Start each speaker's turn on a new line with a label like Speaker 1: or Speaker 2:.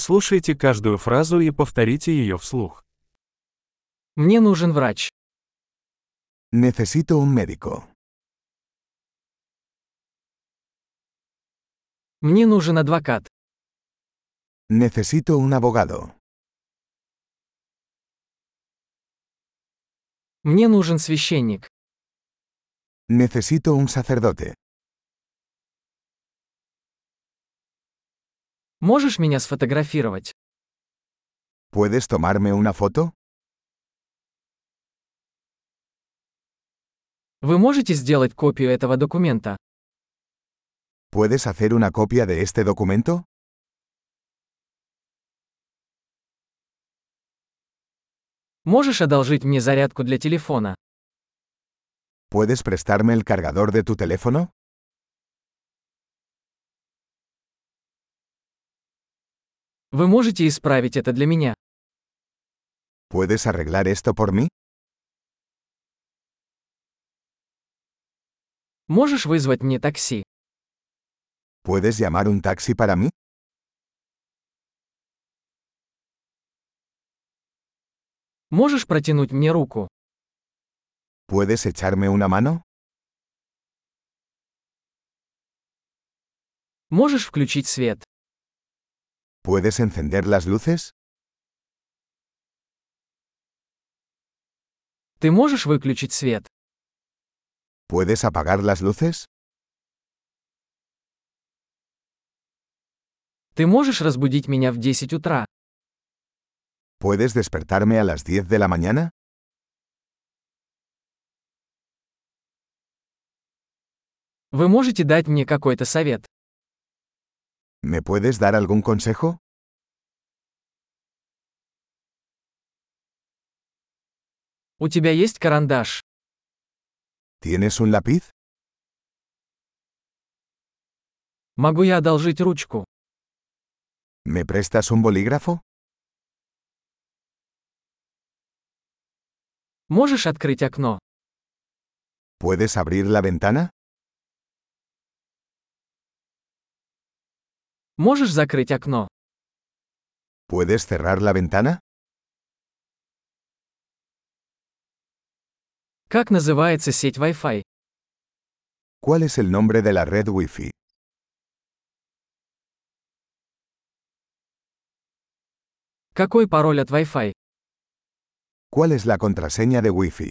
Speaker 1: Прослушайте каждую фразу и повторите ее вслух.
Speaker 2: Мне нужен врач.
Speaker 3: Necesito un médico.
Speaker 2: Мне нужен адвокат.
Speaker 3: Necesito un abogado.
Speaker 2: Мне нужен священник.
Speaker 3: Necesito un sacerdote.
Speaker 2: Можешь меня сфотографировать?
Speaker 3: ¿Puedes tomarme una foto?
Speaker 2: Вы можете сделать копию этого документа?
Speaker 3: ¿Puedes hacer una copia de este documento?
Speaker 2: Можешь одолжить мне зарядку для телефона?
Speaker 3: ¿Puedes prestarme el cargador de tu teléfono?
Speaker 2: Вы можете исправить это для меня?
Speaker 3: ¿Puedes arreglar esto por mí?
Speaker 2: Можешь вызвать мне такси?
Speaker 3: ¿Puedes llamar un taxi para mí?
Speaker 2: Можешь протянуть мне руку?
Speaker 3: ¿Puedes echarme una mano?
Speaker 2: Можешь включить свет?
Speaker 3: ¿Puedes encender las luces?
Speaker 2: Ты можешь выключить свет?
Speaker 3: ¿Puedes apagar las luces?
Speaker 2: Ты можешь разбудить меня в 10 утра?
Speaker 3: ¿Puedes despertarme a las 10 de la mañana?
Speaker 2: Вы можете дать мне какой-то совет?
Speaker 3: ¿Me puedes dar algún consejo?
Speaker 2: У тебя есть карандаш?
Speaker 3: ¿Tienes un lápiz?
Speaker 2: Могу я одолжить ручку?
Speaker 3: ¿Me prestas un bolígrafo?
Speaker 2: Можешь открыть окно?
Speaker 3: ¿Puedes abrir la ventana?
Speaker 2: Можешь закрыть окно?
Speaker 3: ¿Puedes cerrar la ventana?
Speaker 2: Как называется сеть Wi-Fi?
Speaker 3: ¿Cuál es el nombre de la red Wi-Fi?
Speaker 2: Какой пароль от Wi-Fi?
Speaker 3: ¿Cuál es la contraseña de Wi-Fi?